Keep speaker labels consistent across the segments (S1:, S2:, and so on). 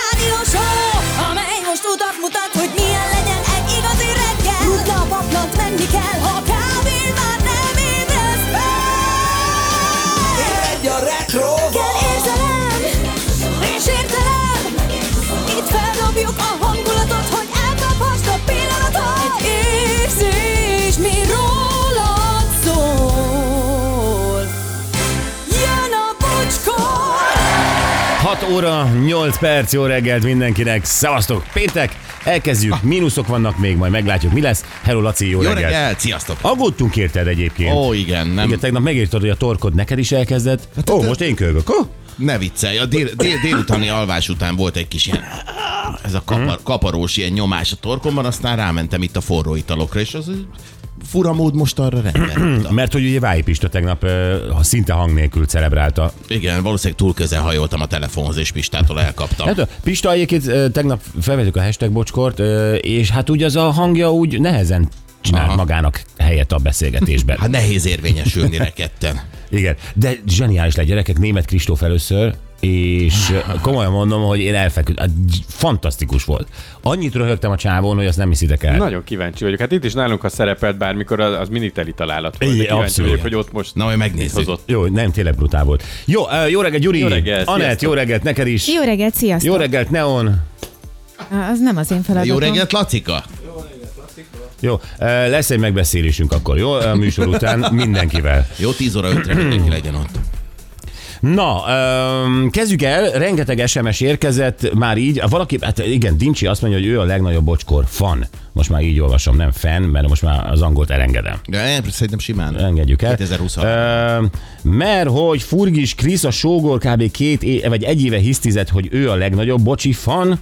S1: rádió show, amely most utat mutat, hogy milyen legyen egy igazi reggel. Rutna a paplant, menni kell, ha kávén már nem ébresz fel.
S2: Egy a retro
S1: Kell érzelem, és értelem, itt feldobjuk a hangulatot, hogy elkaphast a pillanatot. Egy érzés, mi rólad szól. Jön a bocskor!
S3: 6 óra, 8 perc, jó reggelt mindenkinek, szevasztok, péntek, elkezdjük, mínuszok vannak még, majd meglátjuk, mi lesz. Hello Laci, jó,
S4: Ah. Jó
S3: reggelt.
S4: reggelt, sziasztok!
S3: Aggódtunk érted egyébként.
S4: Ó, igen, nem. Hát,
S3: Igen, tegnap megírtad, hogy a torkod neked is elkezdett. Ó,
S4: te-
S3: most én kölgök. Oh?
S4: Ne viccelj, a dél, dél, délutáni alvás után volt egy kis ilyen ez a kapar, kaparós ilyen nyomás a torkomban, aztán rámentem itt a forró italokra, és az így fura mód most arra rendben.
S3: Mert hogy ugye Váj Pista tegnap ö, ha szinte hang nélkül celebrálta.
S4: Igen, valószínűleg túl közel hajoltam a telefonhoz, és Pistától elkaptam.
S3: Hát, ö, Pista egyébként ö, tegnap felvettük a hashtag bocskort, ö, és hát úgy az a hangja úgy nehezen csinál
S4: Aha.
S3: magának helyet a beszélgetésben.
S4: Hát nehéz érvényesülni rekedten.
S3: Igen, de zseniális lett gyerekek, német Kristóf először, és komolyan mondom, hogy én elfeküdt, hát gy- fantasztikus volt. Annyit röhögtem a csávón, hogy azt nem hiszitek el.
S5: Nagyon kíváncsi vagyok. Hát itt is nálunk, ha szerepelt bármikor, az, az mindig teli találat volt.
S3: Igen,
S5: Igen, kíváncsi
S3: abszolút.
S5: vagyok, hogy ott most
S4: Na, majd megnézzük.
S5: hozott.
S3: Jó, nem, tényleg brutál volt. Jó, ö, jó reggelt, Gyuri!
S5: Jó reggelt,
S3: Anett,
S5: sziasztok.
S3: jó reggelt, neked is!
S6: Jó reggelt, sziasztok!
S3: Jó reggelt, Neon!
S6: Az nem az én feladatom.
S4: Jó reggelt, Lacika!
S3: Jó, ö, lesz egy megbeszélésünk akkor, jó? A műsor után mindenkivel.
S4: Jó, 10 óra 5-re mindenki legyen ott.
S3: Na, öm, kezdjük el, rengeteg SMS érkezett, már így, valaki, hát igen, Dincsi azt mondja, hogy ő a legnagyobb bocskor fan. Most már így olvasom, nem fan, mert most már az angolt elengedem.
S4: De én szerintem simán.
S3: Engedjük el.
S4: 2026.
S3: Ö, mert hogy Furgis Krisz a sógor kb. két é- vagy egy éve hisztizett, hogy ő a legnagyobb bocsi fan,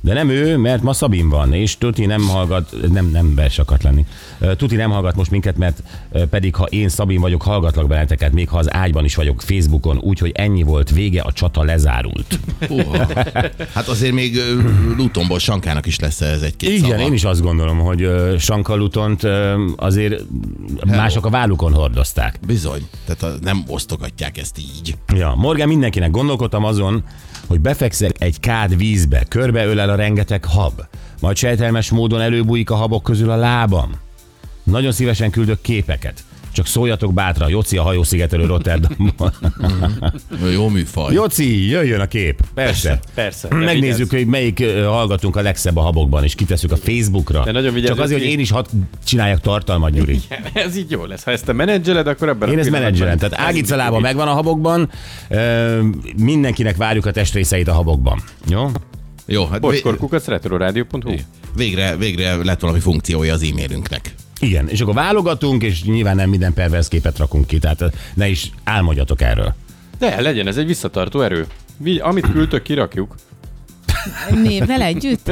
S3: de nem ő, mert ma Szabin van, és Tuti nem hallgat, nem, nem be se akart lenni. Ö, Tuti nem hallgat most minket, mert ö, pedig ha én Szabin vagyok, hallgatlak benneteket, még ha az ágyban is vagyok Facebookon, úgyhogy ennyi volt, vége, a csata lezárult.
S4: Húha. Hát azért még ö, Lutonból Sankának is lesz ez egy-két
S3: Igen,
S4: szava.
S3: én is azt gondolom, hogy ö, Sanka Lutont ö, azért mások a vállukon hordozták.
S4: Bizony. Tehát a, nem osztogatják ezt így.
S3: Ja, Morgan mindenkinek gondolkodtam azon, hogy befekszek egy kád vízbe, körbeölel a rengeteg hab, majd sejtelmes módon előbújik a habok közül a lábam. Nagyon szívesen küldök képeket. Csak szóljatok bátran, Joci a hajószigetelő Rotterdamban.
S4: Jó műfaj.
S3: Joci, jöjjön a kép. Persze.
S5: Persze. de
S3: Megnézzük,
S5: vigyázz.
S3: hogy melyik ö, hallgatunk a legszebb a habokban, és kitesszük a Facebookra.
S5: De nagyon vigyázz,
S3: Csak azért, hogy
S5: Joci.
S3: én is hat csináljak tartalmat, Gyuri.
S5: Ez így jó lesz. Ha ezt te menedzseled, akkor ebben
S3: Én
S5: a
S3: ezt
S5: pillanatban-
S3: menedzselem. Tehát Ágica lába megvan a habokban, ö, mindenkinek várjuk a testrészeit a habokban. Jó?
S4: Jó, hát vé-
S5: Bocskorkukac.retroradio.hu
S4: végre, végre lett valami funkciója az e-mailünknek.
S3: Igen, és akkor válogatunk, és nyilván nem minden pervers képet rakunk ki, tehát ö, ne is álmodjatok erről.
S5: De legyen ez egy visszatartó erő. Vi- Amit küldtök, kirakjuk.
S6: Névvel együtt?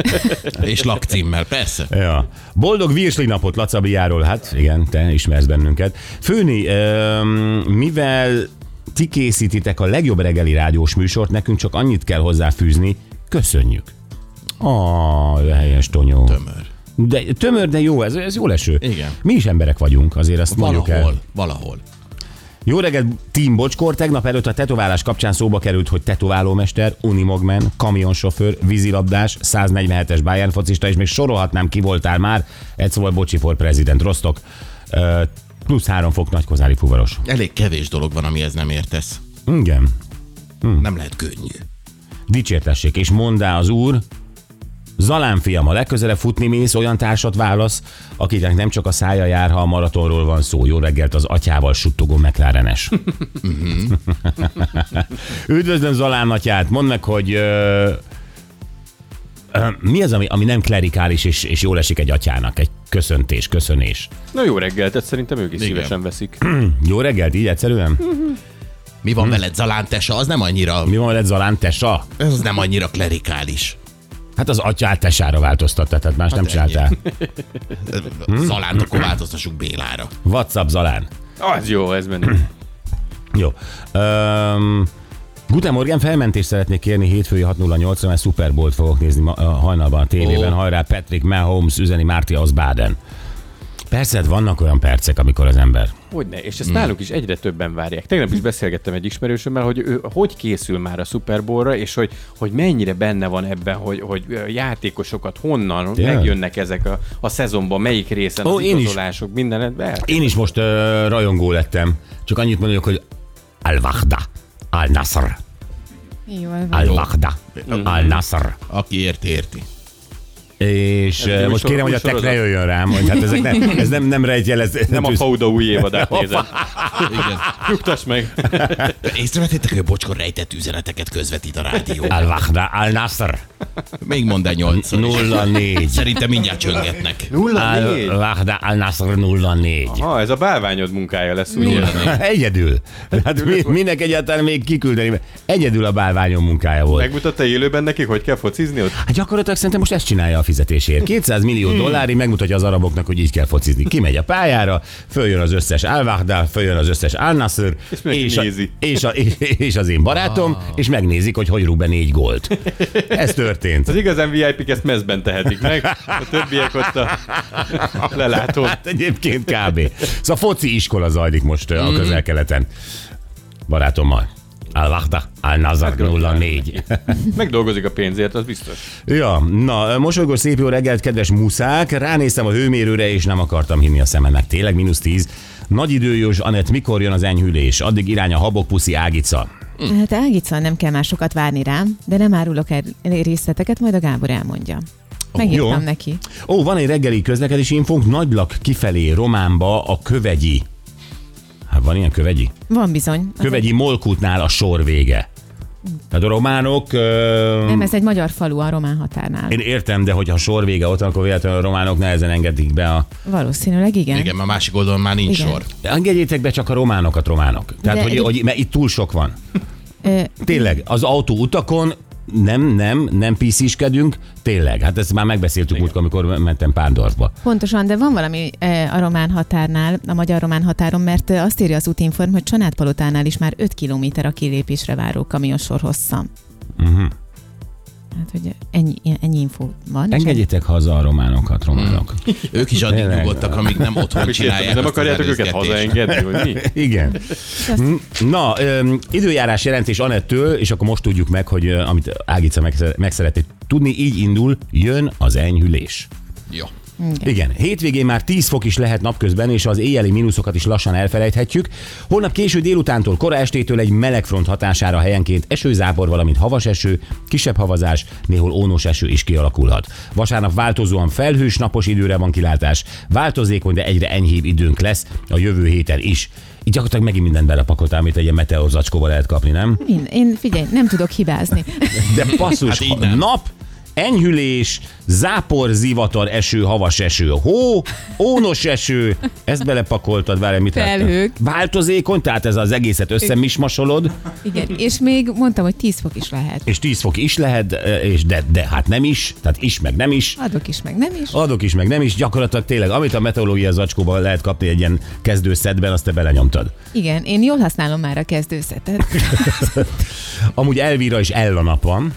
S4: És lakcímmel, persze.
S3: Ja. Boldog virsli napot Lacabiáról, hát igen, te ismersz bennünket. Főni, öm, mivel ti készítitek a legjobb reggeli rádiós műsort, nekünk csak annyit kell hozzáfűzni, köszönjük. Ah, ő helyes tonyó.
S4: Tömör.
S3: De tömör, de jó, ez, ez jó leső.
S4: Igen.
S3: Mi is emberek vagyunk, azért azt mondjuk el.
S4: Valahol, valahol.
S3: Jó reggelt, Team Bocskor. Tegnap előtt a tetoválás kapcsán szóba került, hogy tetoválómester, unimogmen, kamionsofőr, vízilabdás, 147-es Bayern focista, és még sorolhatnám, ki voltál már. Egy szóval Bocsi for President Rostok. Ö, plusz három fok nagykozári fuvaros.
S4: Elég kevés dolog van, amihez nem értesz.
S3: Igen. Hm.
S4: Nem lehet könnyű.
S3: Dicsértessék, és mondá az úr, Zalán fiam, ha legközelebb futni mész, olyan társat válasz, akinek nem csak a szája jár, ha a maratonról van szó. Jó reggelt az atyával suttogó McLarenes. Üdvözlöm Zalán atyát, mondd meg, hogy ö, ö, mi az, ami, ami nem klerikális, és, és jól esik egy atyának? Egy köszöntés, köszönés.
S5: Na jó reggelt, ezt szerintem ők is
S4: Igen.
S5: szívesen veszik.
S3: Jó reggelt, így egyszerűen?
S4: Mi van veled, Zalántesa? Az nem annyira,
S3: Hm. Mi van veled Zalán tesa?
S4: az nem annyira klerikális.
S3: Hát az atyát tesára változtatta, tehát más hát nem
S4: ennyi.
S3: csináltál. Hm?
S4: Zalánt, akkor változtassuk Bélára.
S3: WhatsApp Zalán.
S5: Az jó, ez menő.
S3: Jó. Um, Guten Morgen, felmentést szeretnék kérni hétfői 6.08-ra, mert Super Bowl-t fogok nézni ma, a hajnalban a tévében.
S4: Ó.
S3: Oh. Hajrá, Patrick Mahomes üzeni Márti Baden. Persze, hát vannak olyan percek, amikor az ember
S5: Hogyne, és ezt nálunk is egyre többen várják. Tegnap is beszélgettem egy ismerősömmel, hogy ő hogy készül már a Super Bowlra, és hogy, hogy mennyire benne van ebben, hogy, hogy ö, játékosokat honnan
S3: Tényleg?
S5: megjönnek ezek a, a szezonban, melyik részen,
S3: Ó,
S5: az
S3: én is.
S5: igazolások, minden. hát, De,
S3: Én is most uh, rajongó lettem. Csak annyit mondjuk, hogy Al-Wahda, Al-Nasr,
S6: Jól van.
S3: Al-Wahda, Al-Nasr.
S4: Aki ért, érti.
S3: És
S5: Ez
S3: ö,
S5: új
S3: most
S5: sor-
S3: kérem,
S5: új
S3: hogy a tek ne
S5: sorozat.
S3: jöjjön rám, hogy hát ezek nem, ez nem, nem rejtjelez.
S5: nem a Fauda új évadát nézed.
S3: Hm?
S4: Igen.
S5: Nyugtass meg!
S4: Észrevettétek, hogy a bocskor rejtett üzeneteket közvetít a rádió.
S3: Hát, Al-Wahda, Al-Nasr,
S4: Még mondd el nyolcszor. is.
S3: 04.
S4: Szerintem mindjárt csöngetnek.
S3: Al-Wahda, Al-Nasr, 04.
S5: Ha, ez a bálványod munkája lesz, ugye?
S4: Nulla négy.
S3: Egyedül. Hát mi, minek egyáltalán még kiküldeni? Egyedül a bálványon munkája volt.
S5: Megmutatta élőben nekik, hogy kell focizni ott?
S3: Hát gyakorlatilag szerintem most ezt csinálja a fizetésért. 200 millió
S5: Hmm.
S3: dollári megmutatja az araboknak, hogy így kell focizni. Kimegy a pályára, följön az összes Al-Wahda, följön az összes al Nasser,
S5: És mindenki
S3: és, a,
S5: nézi. Ah.
S3: és, a, és az én barátom, és megnézik, hogy hogy rúg be négy gólt. Ez történt.
S5: Az igazán VIP-k ezt mezben tehetik meg, a többiek ott a lelátón.
S3: Hát egyébként kb. Szóval foci iskola zajlik most ö, a közel-keleten. Barátommal. Al-Wahda, Al-Nazar 04.
S5: Megdolgozik a pénzért, az biztos.
S3: Ja, na, mosolygós szép jó reggelt, kedves muszák. Ránéztem a hőmérőre, és nem akartam hinni a szememnek. Tényleg mínusz 10. Nagy időjós Anett, mikor jön az enyhülés? Addig irány a habokpuszi Ágica.
S6: Hát Ágitszal nem kell már sokat várni rám, de nem árulok el részleteket, majd a Gábor elmondja. Megírtam
S3: jó.
S6: neki.
S3: Ó, van egy reggeli közlekedési infónk, nagylak kifelé Románba a kövegyi. Hát van ilyen kövegyi?
S6: Van bizony. Az
S3: Kövegyi Molkútnál a sor vége. Tehát a románok... Ö...
S6: egy- Nem, e- ez egy magyar falu a román határnál.
S3: Én értem, de hogyha a sor vége ott, van, akkor véletlenül a románok nehezen engedik be a...
S6: Valószínűleg igen.
S4: Igen, már másik oldalon már nincs
S6: Igen.
S4: sor.
S3: Engedjétek be csak a románokat, románok. Tehát,
S6: De
S3: hogy,
S6: egy-
S3: hogy, mert itt túl sok van.
S6: Ö,
S3: Tényleg, az autó utakon nem, nem, nem pisziskedünk, tényleg. Hát ezt már megbeszéltük múltkor, amikor mentem Pándorfba.
S6: Pontosan, de van valami eh, a román határnál, a magyar-román határon, mert eh, azt írja az útinform, hogy Csanádpalotánál is már 5 km a kilépésre váró kamionsor hossza. Uh-huh.
S3: Mhm.
S6: Hát, hogy ennyi, ennyi info van. és
S3: Engedjétek haza a románokat, románok.
S4: Ők is addig
S3: Tényleg.
S4: nyugodtak, amíg nem otthon
S5: Mit értem,
S4: csinálják.
S5: Nem
S4: azt az
S5: akarjátok őket
S4: előzgetést.
S5: hazaengedni, hogy mi?
S3: Igen. Na, öm, időjárás jelentés Anettől, és akkor most tudjuk meg, hogy ö, amit Ágica megsze- meg szeretett tudni, így indul, jön az enyhülés.
S4: Jó.
S3: Igen, hétvégén már 10 fok is lehet napközben, és az éjjeli mínuszokat is lassan elfelejthetjük. Holnap késő délutántól, kora estétől egy meleg front hatására helyenként esőzápor, valamint havas eső, kisebb havazás, néhol ónos eső is kialakulhat. Vasárnap változóan felhős napos időre van kilátás, változékony, de egyre enyhébb időnk lesz a jövő héten is. Így gyakorlatilag megint mindent belepakoltál, amit egy ilyen meteorzacskóval lehet kapni, nem?
S6: Én, én figyelj, nem tudok hibázni.
S3: De
S4: Hát
S3: passzus,
S4: így
S3: hát
S4: nem.
S3: nap, enyhülés, zápor, zivatar, eső, havas eső, hó, ónos eső, ezt belepakoltad, várj, mit láttam?
S6: Felhők.
S3: Változékony, tehát ez az egészet összemismasolod,
S6: Igen, és még mondtam, hogy 10 fok is lehet.
S3: és 10 fok is lehet, és de, de hát nem is, tehát is meg nem is.
S6: Adok is, meg nem is.
S3: Adok is, meg nem is, gyakorlatilag tényleg, amit a meteorológia zacskóban lehet kapni egy ilyen kezdőszedben, azt te belenyomtad.
S6: Igen, én jól használom már a kezdőszetet.
S3: Amúgy Elvira is Ella nap van.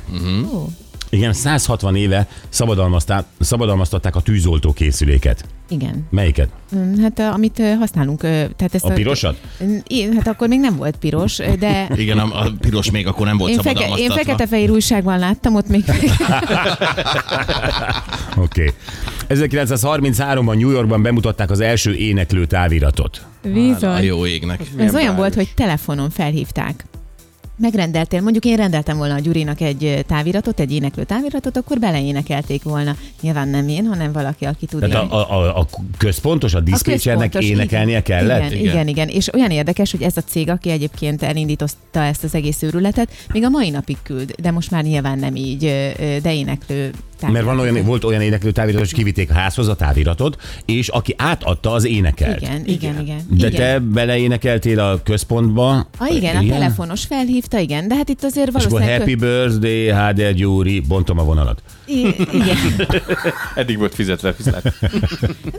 S6: Ó,
S3: Igen, 160 éve szabadalmazták, szabadalmaztatták a tűzoltó készüléket.
S6: igen.
S3: Melyiket?
S6: Mm, Hát ö, amit ö, használunk. ö, Tehát ezt
S3: A pirosat?
S6: Mm, Én, hát akkor még nem volt piros, ö, de
S4: Igen, a, a piros még akkor nem volt
S6: én, feke, én
S4: szabadalmaztatva.
S6: fekete-fehér újságban láttam, ott még
S3: Oké. Okay. 1933-ban New Yorkban bemutatták az első éneklő táviratot.
S4: A
S6: vízon.
S4: jó égnek.
S6: Ez olyan volt, hogy telefonon felhívták. Megrendeltél, mondjuk én rendeltem volna a Gyurinak egy ö, táviratot, egy éneklő táviratot, akkor beleénekelték volna. Nyilván nem én, hanem valaki, aki tud
S3: Tehát
S6: énekelni.
S3: Hát a, a, a, a központos, a diszpécsernek
S6: központos,
S3: énekelnie
S6: igen,
S3: kellett?
S6: Igen, igen, igen. És olyan érdekes, hogy ez a cég, aki egyébként elindította ezt az egész őrületet, még a mai napig küld, de most már nyilván nem így, ö, ö, de éneklő. táviratokat.
S3: Mert van olyan, volt olyan éneklő táviratot, hogy kivitték a házhoz a táviratot, és aki átadta, az énekelt.
S6: Igen, igen, igen.
S3: De
S6: igen.
S3: te beleénekeltél a központba.
S6: A, igen, a telefonos felhívta, igen, de hát itt azért
S3: És akkor
S6: valószínűleg...
S3: happy birthday, Háder Gyuri, bontom a vonalat.
S6: I- igen,
S5: Eddig volt fizetve, fizetve.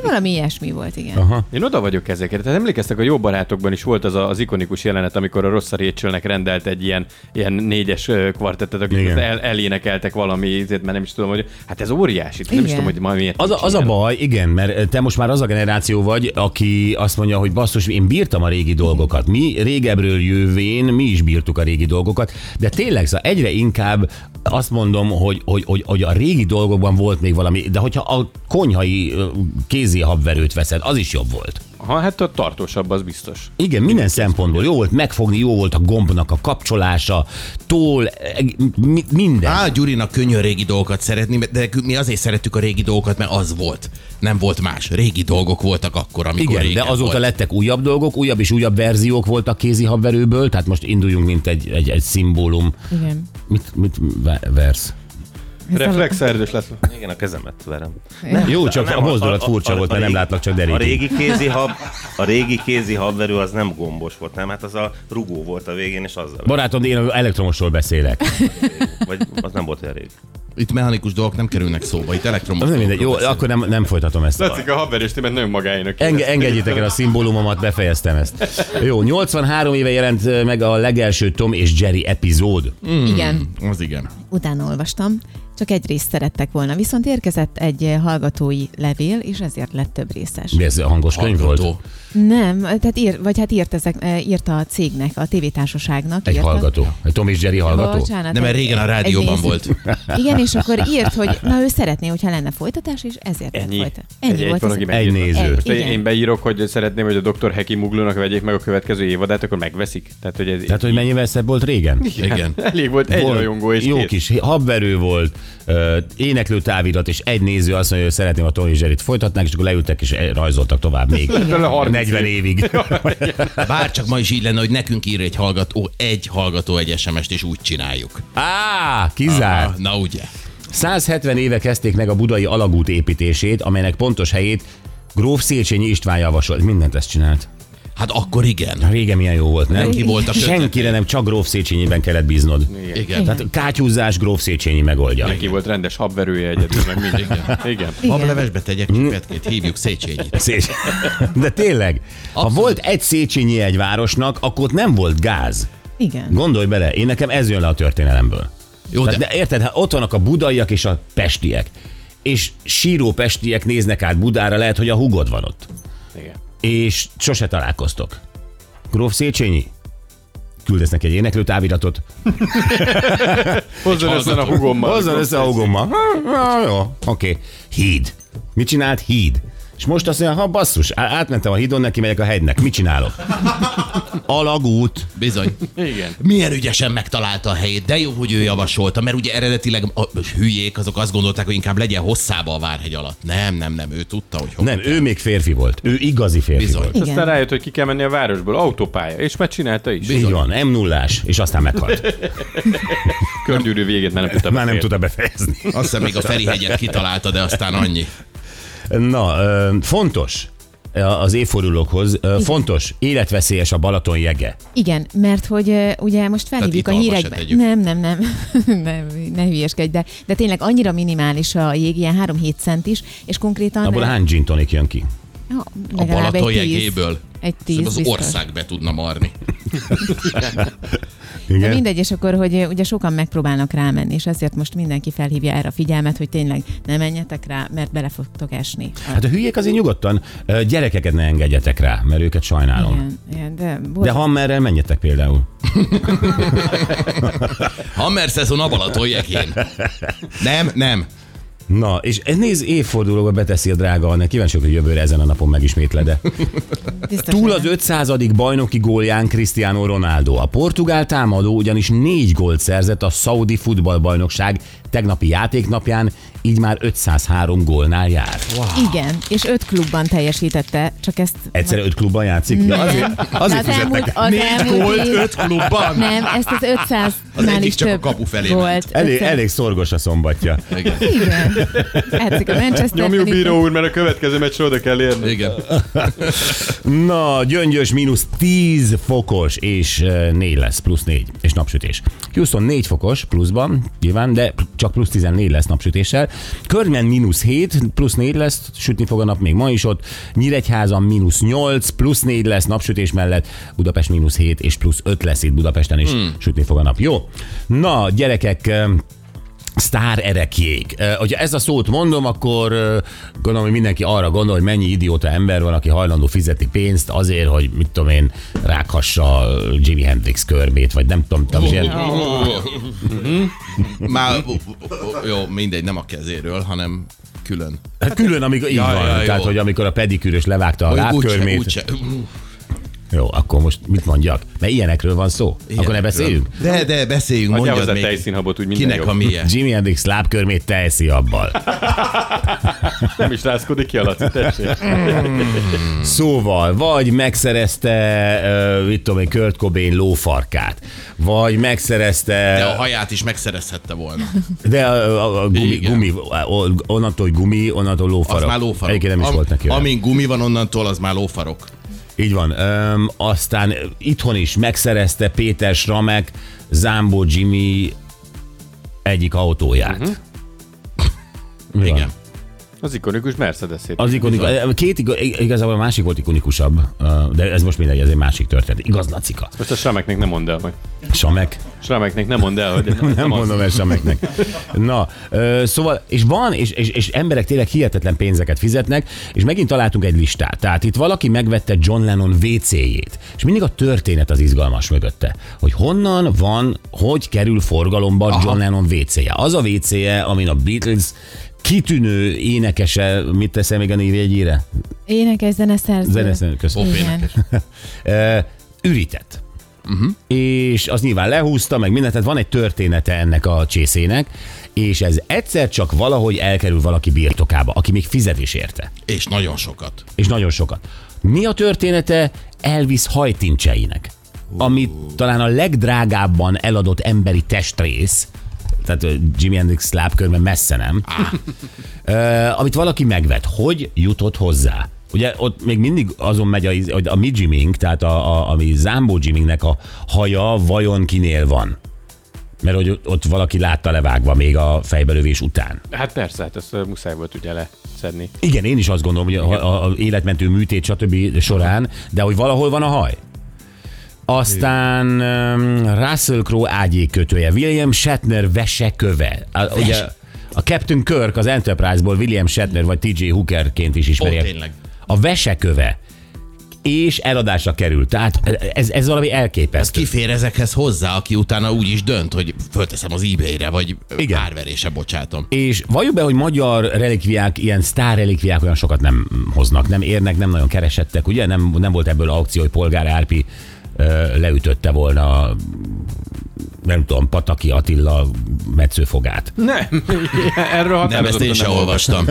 S6: valami ilyesmi volt, igen.
S5: Én oda vagyok ezekért. Tehát emlékeztek, a jó barátokban is volt az a, az ikonikus jelenet, amikor a rossz Rachelnek rendelt egy ilyen, ilyen négyes ö, kvartettet, akik
S3: Igen.
S5: el, elénekeltek valami, ezért már nem is tudom, hogy hát ez óriási. Nem is
S6: Igen.
S5: tudom, hogy ma miért.
S3: Az a,
S5: nincs
S3: az a
S5: ilyen.
S3: baj, igen, mert eh, te most már az a generáció vagy, aki azt mondja, hogy basszus, én bírtam a régi dolgokat. Mi régebről jövén, mi is bírtuk a régi dolgokat, de tényleg szóval egyre inkább azt mondom, hogy, hogy, hogy, hogy a régi dolgokban volt még valami, de hogyha a konyhai ö, kézi habverőt veszed, az is jobb volt.
S5: Ha, hát a tartósabb, az biztos.
S3: Igen, minden szempontból jó volt megfogni, jó volt a gombnak a kapcsolása, tól, eg- mi- minden.
S4: Á, Gyurinak könnyű a régi dolgokat szeretni, de nekünk- mi azért szerettük a régi dolgokat, mert az volt. Nem volt más. Régi dolgok voltak akkor, amikor
S3: Igen, de
S4: régen
S3: azóta
S4: volt.
S3: lettek újabb dolgok, újabb és újabb verziók voltak kézi habverőből, tehát most induljunk, mint egy, egy, egy szimbólum.
S6: Igen.
S3: Mit, mit ve- versz?
S5: Reflexerdős lesz.
S2: Igen, a kezemet verem.
S3: Jó, csak a mozdulat furcsa volt, mert nem
S2: régi-
S3: látlak, csak
S2: A
S3: derékig.
S2: régi kézi, hab, a régi kézi habverő az nem gombos volt, nem? Hát az a rugó volt a végén, és azzal.
S3: Barátom, de én elektromosról beszélek.
S2: Vagy az nem volt olyan régi.
S4: Itt mechanikus dolgok nem kerülnek szóba, itt elektromos.
S3: Az nem mindegy. Jó,
S4: dolgokról
S3: akkor nem, nem folytatom ezt.
S5: Tetszik a haverést, mert nagyon magáénak.
S3: Enge, engedjétek el a szimbólumomat, befejeztem ezt. Jó, 83 éve jelent eh, meg a legelső Tom és Jerry epizód.
S6: Igen.
S4: beszélünk. Az igen.
S6: Utána olvastam, csak egy részt szerettek volna, viszont érkezett egy hallgatói levél, és ezért lett több részes.
S3: De ez hangos könyv volt?
S4: Hallgató.
S6: Nem, tehát ír, vagy hát írt, ezek, eh, írt a cégnek, a tévétársaságnak.
S3: Egy
S6: írta.
S3: hallgató. Egy Tom és Jerry hallgató?
S6: Bocsánat,
S4: Nem, mert
S6: egy-
S4: régen a
S6: egy
S4: rádióban
S6: rész.
S4: volt.
S6: Igen, és akkor írt, hogy na ő szeretné, hogyha lenne folytatás, és ezért lett
S5: Ennyi.
S6: folytatás.
S5: Egy-
S6: Ennyi
S5: egy
S6: volt.
S5: valaki
S6: ez-
S5: meg-
S3: Egy néző.
S5: Most én-
S6: Igen.
S5: én beírok, hogy szeretném, hogy a Dr. Heki Muglónak vegyék meg a következő évadát, akkor megveszik. Tehát, hogy ez
S3: Tehát, hogy mennyivel szebb volt régen?
S4: Igen.
S5: elég volt egy
S3: Volt,
S5: rajongó és
S3: Jó
S5: kész.
S3: kis habverő volt, ö, éneklő távirat, és egy néző azt mondja, hogy szeretném a Tom és Jerry-t folytatnák, és akkor leültek és rajzoltak tovább még.
S5: Bele 30
S3: 40
S5: év.
S3: évig.
S4: Bár csak ma is így lenne, hogy nekünk ír egy hallgató, egy hallgató egy SMS-t, és úgy csináljuk.
S3: Á, kizárt.
S4: Ah, Na ugye.
S3: 170 éve kezdték meg a budai alagút építését, amelynek pontos helyét Gróf Széchenyi István javasolt. Mindent ezt csinált.
S4: Hát akkor igen.
S3: Régen milyen jó volt, nem?
S4: Neki volt a
S3: Senkire nem, csak Gróf Széchenyiben kellett bíznod.
S4: Igen.
S3: Tehát kátyúzás Gróf Széchenyi megoldja.
S5: Neki volt rendes habverője egyedül, meg mindig. Igen.
S4: Hablevesbe tegyek csak petkét, hívjuk Széchenyit.
S3: Szécs. De tényleg, ha volt egy Széchenyi egy városnak, akkor ott nem volt gáz.
S6: Igen.
S3: Gondolj bele, én nekem ez jön le a történelemből.
S4: Jó,
S3: Tehát,
S4: de
S3: de érted, hát ott vannak a budaiak és a pestiek. És síró pestiek néznek át Budára, lehet, hogy a hugod van ott.
S5: Igen.
S3: És sose találkoztok. Gróf Széchenyi? Küldesz neki egy éneklő táviratot.
S5: Hozzon össze a hugommal.
S3: Hozzon össze a hugommal. Ha, ha, Jó, oké. Híd. Mit csinált? Híd. És most azt mondja, ha basszus, á- átmentem a hídon, neki megyek a hegynek. Mit csinálok? Alagút.
S4: bizony.
S5: Igen.
S4: Milyen ügyesen megtalálta a helyét, de jó, hogy ő javasolta, mert ugye eredetileg a hülyék azok azt gondolták, hogy inkább legyen hosszába a Várhegy alatt. Nem, nem, nem, ő tudta, hogy hol.
S3: Nem, ő még férfi volt. Ő igazi férfi
S4: Bizony.
S3: volt.
S5: Aztán
S6: Igen.
S5: rájött, hogy ki kell menni a városból, autópálya, és megcsinálta is.
S3: Így van, m 0 és aztán meghalt.
S5: Körgyűrű végét már nem tudta
S3: Már nem
S5: befejezni.
S3: tudta befejezni.
S4: Azt hiszem még a Ferihegyet kitalálta, de aztán annyi.
S3: Na, ö, fontos az évfordulókhoz, ö, fontos, életveszélyes a Balaton jege.
S6: Igen, mert hogy ö, ugye most felhívjuk a
S4: italba se
S6: hírekben.
S4: tegyük.
S6: Nem, nem, nem, nem, ne hülyeskedj, de, de tényleg annyira minimális a jég, ilyen 3-7 cent is, és konkrétan...
S3: Abból hány gin tonic jön ki?
S6: Ja,
S4: A
S6: legalább egy
S4: Balaton
S6: tíz.
S4: jegéből.
S6: Egy tíz
S4: Szerintem az
S6: biztos.
S4: ország be tudna marni.
S6: De
S3: Igen?
S6: mindegy, és akkor, hogy ö, ugye sokan megpróbálnak rámenni, és ezért most mindenki felhívja erre a figyelmet, hogy tényleg ne menjetek rá, mert bele fogtok esni.
S3: Hát a hülyék azért nyugodtan ö, gyerekeket ne engedjetek rá, mert őket sajnálom.
S6: Igen, igen, de,
S3: De
S6: borzasztó.
S3: hammerrel menjetek például.
S4: Hammer szezon a Balaton jegén. Nem, nem.
S3: Na, és ez nézd, évfordulóba beteszi a drága Anna. Kíváncsi vagyok, hogy jövőre ezen a napon megismétled de.
S6: Biztos,
S3: Túl
S6: hogy
S3: az
S6: nem.
S3: 500. bajnoki gólján Cristiano Ronaldo. A portugál támadó ugyanis négy gólt szerzett a Saudi futballbajnokság tegnapi játéknapján, így már 503 gólnál jár.
S6: Igen, és öt klubban teljesítette, csak ezt...
S3: Egyszerre öt klubban játszik? Ja, azért, azért
S6: az elmúlt,
S3: fizetnek.
S6: az elmúlt év-
S4: klubban.
S6: Nem, ezt az 500
S4: Az
S6: nál
S4: egyik
S6: is
S4: csak a
S6: több
S4: kapu felé
S6: volt.
S3: Elég,
S6: 500
S3: elég szorgos a szombatja.
S6: Igen. Etszik a Manchester.
S5: Nyomjuk
S6: pedig-
S5: bíró úr, mert a következő meccsre oda kell érni.
S4: Igen.
S3: Na, gyöngyös mínusz 10 fokos, és 4 lesz, plusz 4, és napsütés. Houston 4 fokos pluszban, nyilván, de csak plusz 14 lesz napsütéssel. Körben mínusz 7, plusz 4 lesz, sütni fog a nap még ma is ott. Nyíregyházan mínusz 8, plusz 4 lesz napsütés mellett. Budapest mínusz 7, és plusz 5 lesz itt Budapesten is, mm. sütni fog a nap. Jó. Na, gyerekek, Sztár erekjék. Ö, Hogyha ez a szót mondom, akkor ö, gondolom, hogy mindenki arra gondol, hogy mennyi idióta ember van, aki hajlandó fizeti pénzt azért, hogy mit tudom én, rákhassa Jimi Hendrix körmét, vagy nem tudom, tudom ilyen.
S4: Már, jó, mindegy, nem a kezéről, hanem külön.
S3: Hát külön, amikor így
S4: Ja,
S3: van,
S4: ja, jó.
S3: tehát, hogy amikor a pedikűrös levágta a
S4: Hogy
S3: lábkörmét.
S4: úgyse.
S3: Jó, akkor most mit mondjak? Mert ilyenekről van szó. Ilyenekről. Akkor ne beszéljünk?
S4: De, de beszéljünk,
S5: Adjál
S4: mondjad
S5: hozzá
S4: még.
S5: tejszínhabot, úgy minden
S4: Kinek
S5: jobb.
S4: a milyen? Hmm.
S3: Jimi Hendrix lábkörmét teszi abbal.
S5: Nem is rászkodik ki a Laci, tessék.
S3: Szóval, vagy megszerezte, uh, mit tudom én, Kurt Cobain lófarkát, vagy megszerezte...
S4: De a haját is megszerezhette volna.
S3: De a, a, a gumi,
S4: Igen.
S3: gumi, o- onnantól, hogy gumi, onnantól
S4: Az
S3: lófarok.
S4: már lófarok.
S3: Egyébként nem is
S4: Am-
S3: volt neki. Ami...
S4: Amin gumi van, onnantól az már lófarok.
S3: Így van. Öm, aztán itthon is megszerezte Péter Sramek Zámbó Jimmy egyik autóját. Uh-huh.
S4: Mhm. Igen.
S5: Az ikonikus Mercedes-ét.
S3: Az ikonikus, két, iga- igazából a másik volt ikonikusabb, ö, de ez most mindegy, ez egy másik történet. Igaz, Lacika.
S5: Ezt a Srameknek nem mondd el, hogy...
S3: Samek.
S5: Srameknek nem mondd el, hogy...
S3: Nem
S5: az.
S3: mondom ezt semmeknek. Na, ö, szóval, és van, és, és, és emberek tényleg hihetetlen pénzeket fizetnek, és megint találtunk egy listát. Tehát itt valaki megvette John Lennon WC-jét, és mindig a történet az izgalmas mögötte, hogy honnan van, hogy kerül forgalomba Aha. John Lennon WC-je. Az a WC-je, amin a Beatles kitűnő énekese, mit teszel még a névjegyére?
S6: Énekes zeneszerző.
S3: Zeneszerző, köszönöm.
S6: Igen.
S3: Ö, ürített. Uh-huh. És az nyilván lehúzta, meg mindent, tehát van egy története ennek a csészének, és ez egyszer csak valahogy elkerül valaki birtokába, aki még fizet is érte,
S4: És nagyon sokat.
S3: és nagyon sokat. Mi a története Elvis hajtincseinek, ami talán a legdrágábban eladott emberi testrész, tehát ö, Jimi Hendrix lábkörben messze nem, Ö, amit valaki megvet. Hogy jutott hozzá? Ugye ott még mindig azon megy a, hogy a mi Jimink, tehát a, a, ami Zámbó Jimingnek a haja vajon kinél van? Mert hogy ott- ott valaki látta levágva még a fejbelövés után.
S5: Hát persze, hát ezt ö, muszáj volt ugye leszedni.
S3: Igen, én is azt gondolom, hogy a, a, a életmentő műtét stb. során, de hogy valahol van a haj. Aztán um, Russell Crowe ágyékötője, William Shatner veseköve. A, ugye, a Captain Kirk az Enterprise-ból William Shatner vagy TJ Hookerként is
S4: Ó,
S3: ismerjük.
S4: tényleg.
S3: A veseköve és eladásra került. Tehát ez, ez valami elképesztő.
S4: Kifér ezekhez hozzá, aki utána úgy is dönt, hogy fölteszem az ebay-re, vagy
S3: Igen.
S4: Igen. árverése, bocsátom.
S3: És valljuk be, hogy magyar relikviák, ilyen sztár relikviák olyan sokat nem hoznak, nem érnek, nem nagyon keresettek, ugye? Nem, nem volt ebből aukció, hogy Polgár Árpi ö, leütötte volna nem tudom, Pataki Attila metszőfogát.
S5: Nem,
S4: Nem,
S5: erről
S4: ezt
S5: határozottan
S4: én se olvastam.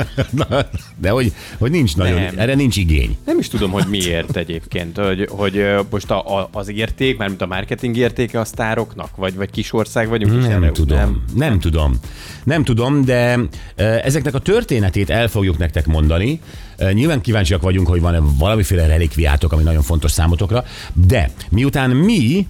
S3: De hogy, hogy nincs nagyon, nem.
S5: Nem.
S3: erre nincs igény.
S5: Nem is tudom, hogy
S3: Hát.
S5: miért egyébként, hogy, hogy ö, most a, a, az érték, mármint a marketing értéke a sztároknak, vagy, vagy kis ország vagyunk. és
S3: Nem
S5: erre úgy
S3: tudom, nem. nem tudom. Nem tudom, de ö, ezeknek a történetét el fogjuk nektek mondani. Ö, Nyilván kíváncsiak vagyunk, hogy van-e valamiféle relikviátok, ami nagyon fontos számotokra, de miután mi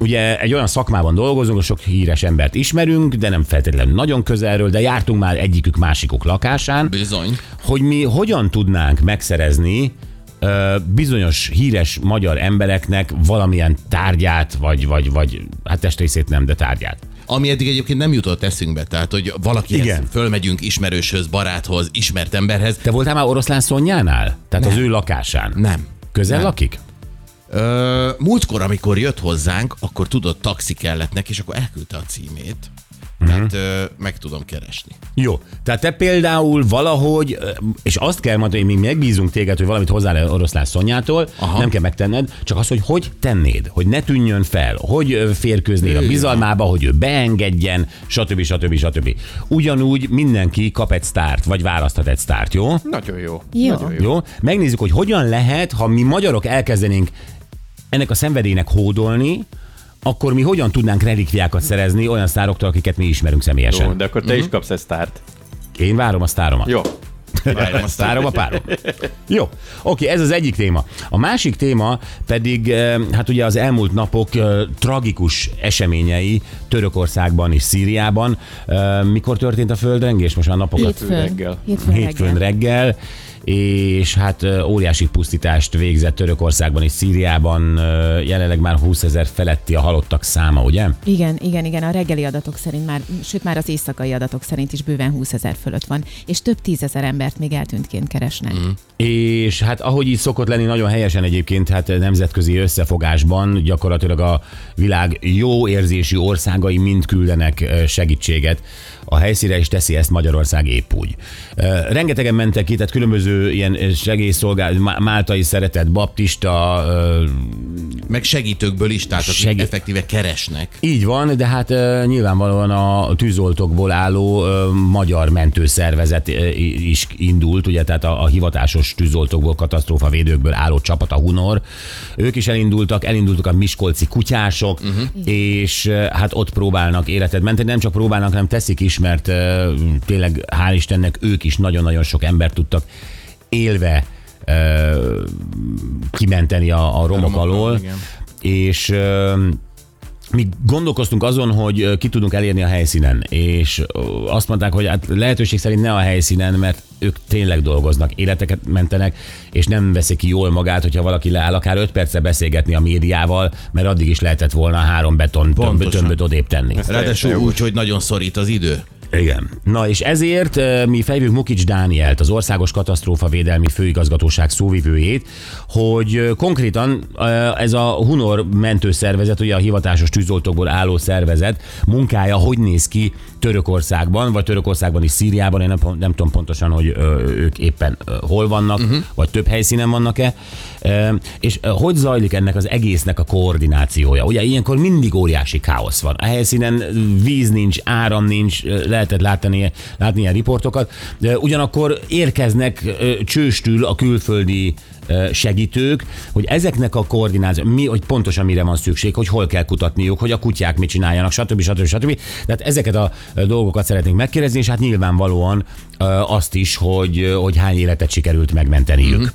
S3: Ugye egy olyan szakmában dolgozunk, hogy sok híres embert ismerünk, de nem feltétlenül nagyon közelről, de jártunk már egyikük másikuk lakásán,
S4: Bizony.
S3: hogy mi hogyan tudnánk megszerezni ö, bizonyos híres magyar embereknek valamilyen tárgyát, vagy, vagy, vagy hát testrészét nem, de tárgyát.
S4: Ami eddig egyébként nem jutott eszünkbe, tehát, hogy valaki
S3: Igen.
S4: fölmegyünk ismerőshöz, baráthoz, ismert emberhez.
S3: Te voltál már oroszlán szonyánál? Tehát nem. az ő lakásán?
S4: Nem.
S3: Közel nem. lakik?
S4: Ö, múltkor, amikor jött hozzánk, akkor tudod, taxi kellett neki, és akkor elküldte a címét.
S3: Mhm.
S4: Tehát ö, meg tudom keresni.
S3: Jó. Tehát te például valahogy, ö, és azt kell mondani, hogy mi megbízunk téged, hogy valamit hozzá le oroszlán szonyától, Aha.
S4: Aha.
S3: nem kell megtenned, csak az, hogy hogy tennéd, hogy ne tűnjön fel, hogy ö, férkőznél a bizalmába, hogy ő beengedjen, stb. stb. stb. Ugyanúgy mindenki kap egy sztárt, vagy választhat egy sztárt, jó?
S5: Nagyon jó.
S6: Jó.
S5: Nagyon jó.
S3: Jó? Megnézzük, hogy hogyan lehet, ha mi magyarok elkezdenénk ennek a szenvedélynek hódolni, akkor mi hogyan tudnánk relikviákat szerezni olyan sztároktól, akiket mi ismerünk személyesen.
S5: Jó, de akkor te
S3: Mhm.
S5: is kapsz egy sztárt.
S3: Én várom a sztáromat.
S5: Jó.
S4: Várom azt,
S3: Sztárom a párom. Jó, oké, ez az egyik téma. A másik téma pedig, eh, hát ugye az elmúlt napok eh, tragikus eseményei Törökországban és Szíriában. Eh, Mikor történt a földrengés? Most már napokat.
S6: Hétfőn.
S5: reggel.
S6: Hétfőn
S3: Hétfőn
S6: reggel.
S3: reggel. és hát ö, óriási pusztítást végzett Törökországban és Szíriában. Ö, Jelenleg már 20 ezer feletti a halottak száma, ugye?
S6: Igen, igen, igen, a reggeli adatok szerint már, sőt már az éjszakai adatok szerint is bőven 20 ezer fölött van, és több tízezer embert még eltűntként keresnek. Mm.
S3: És hát ahogy így szokott lenni, nagyon helyesen egyébként, hát nemzetközi összefogásban gyakorlatilag a világ jó érzésű országai mind küldenek ö, segítséget a helyszíre, és teszi ezt Magyarország épp úgy. Ö, Rengetegen mentek ki, tehát különböző ilyen ö, segélyszolgál, Má- máltai szeretet, baptista, ö,
S4: Meg segítőkből is, tehát akik
S3: Segít-
S4: effektíve keresnek.
S3: így van, de hát ö, nyilvánvalóan a tűzoltókból álló ö, magyar mentőszervezet ö, i- is indult, ugye, tehát a, a hivatásos tűzoltókból, katasztrófavédőkből álló csapat, a Hunor. Ők is elindultak, elindultak a miskolci kutyások, uh-huh. és ö, hát ott próbálnak életet menteni, nem csak próbálnak, hanem teszik is, mert ö, tényleg hál' Istennek ők is nagyon-nagyon sok embert tudtak élve ö, kimenteni a, a romok
S4: romokról,
S3: alól.
S4: igen.
S3: És ö, mi gondolkoztunk azon, hogy ö, ki tudunk elérni a helyszínen, és ö, azt mondták, hogy hát lehetőség szerint ne a helyszínen, mert ők tényleg dolgoznak, életeket mentenek, és nem veszik ki jól magát, hogyha valaki leáll akár 5 perce beszélgetni a médiával, mert addig is lehetett volna három beton tömböt,
S4: Pontosan.
S3: tömböt odébb tenni.
S4: Ráadásul úgy, hogy nagyon szorít az idő.
S3: Igen. Na és ezért ö, mi fejvünk Mukics Dánielt, az Országos Katasztrófa Védelmi Főigazgatóság szóvivőjét, hogy ö, konkrétan ö, ez a Hunor mentőszervezet, ugye a hivatásos tűzoltókból álló szervezet munkája hogy néz ki Törökországban, vagy Törökországban és Szíriában, én nem, nem tudom pontosan, hogy ö, ők éppen ö, hol vannak, uh-huh. vagy több helyszínen vannak-e, Ö, és ö, hogy zajlik ennek az egésznek a koordinációja? Ugye ilyenkor mindig óriási káosz van. A helyszínen víz nincs, áram nincs, ö, lehetett látni, látni ilyen riportokat, de ugyanakkor érkeznek ö, csőstül a külföldi ö, segítők, hogy ezeknek a koordináció, mi, hogy pontosan mire van szükség, hogy hol kell kutatniuk, hogy a kutyák mit csináljanak, stb. stb. stb. Tehát ezeket a ö, dolgokat szeretnénk megkérdezni, és hát nyilvánvalóan ö, azt is, hogy, ö, hogy hány életet sikerült megmenteniük. Mm-hmm.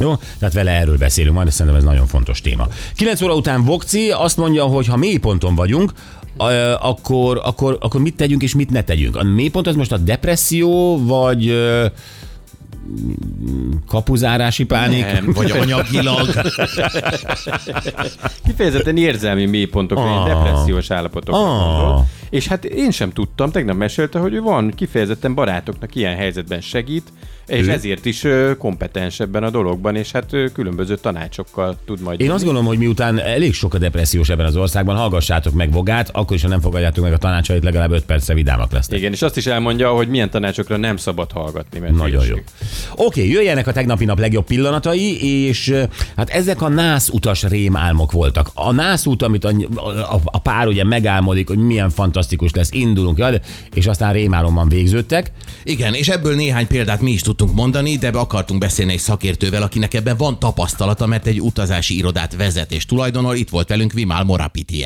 S3: Jó, tehát vele erről beszélünk, majd szerintem ez nagyon fontos téma. 9 óra után Vokci azt mondja, hogy ha mélyponton vagyunk, ö, akkor, akkor, akkor mit tegyünk és mit ne tegyünk. A mélypont az most a depresszió, vagy ö, mm, kapuzárási pánik?
S5: Nem,
S4: Vagy anyagilag.
S5: Kifejezetten érzelmi mélypontok,
S3: Ah.
S5: ah. depressziós állapotok.
S3: Ah.
S5: És hát én sem tudtam, tegnap mesélte, hogy ő van kifejezetten barátoknak ilyen helyzetben segít, és
S3: Ő?
S5: ezért is ö, kompetens ebben a dologban, és hát ö, különböző tanácsokkal tud majd.
S3: Én
S5: jönni.
S3: azt gondolom, hogy miután elég sok a depressziós ebben az országban, hallgassátok meg Vogát, akkor is, ha nem fogadjátok meg a tanácsait, legalább 5 percre vidámak lesznek.
S5: Igen, és azt is elmondja, hogy milyen tanácsokra nem szabad hallgatni. Mert
S3: Nagyon jó.
S5: hülyeség.
S3: Oké, jöjjenek a tegnapi nap legjobb pillanatai, és ö, hát ezek a nász utas rémálmok voltak. A nász út, amit a, a, a pár ugye megálmodik, hogy milyen fantasztikus lesz, indulunk, jaj, de- és aztán rémálomban végződtek.
S4: Igen, és ebből néhány példát mi is tudtunk mondani, de akartunk beszélni egy szakértővel, akinek ebben van tapasztalata, mert egy utazási irodát vezet és tulajdonol. Itt volt velünk Vimál Morapitie.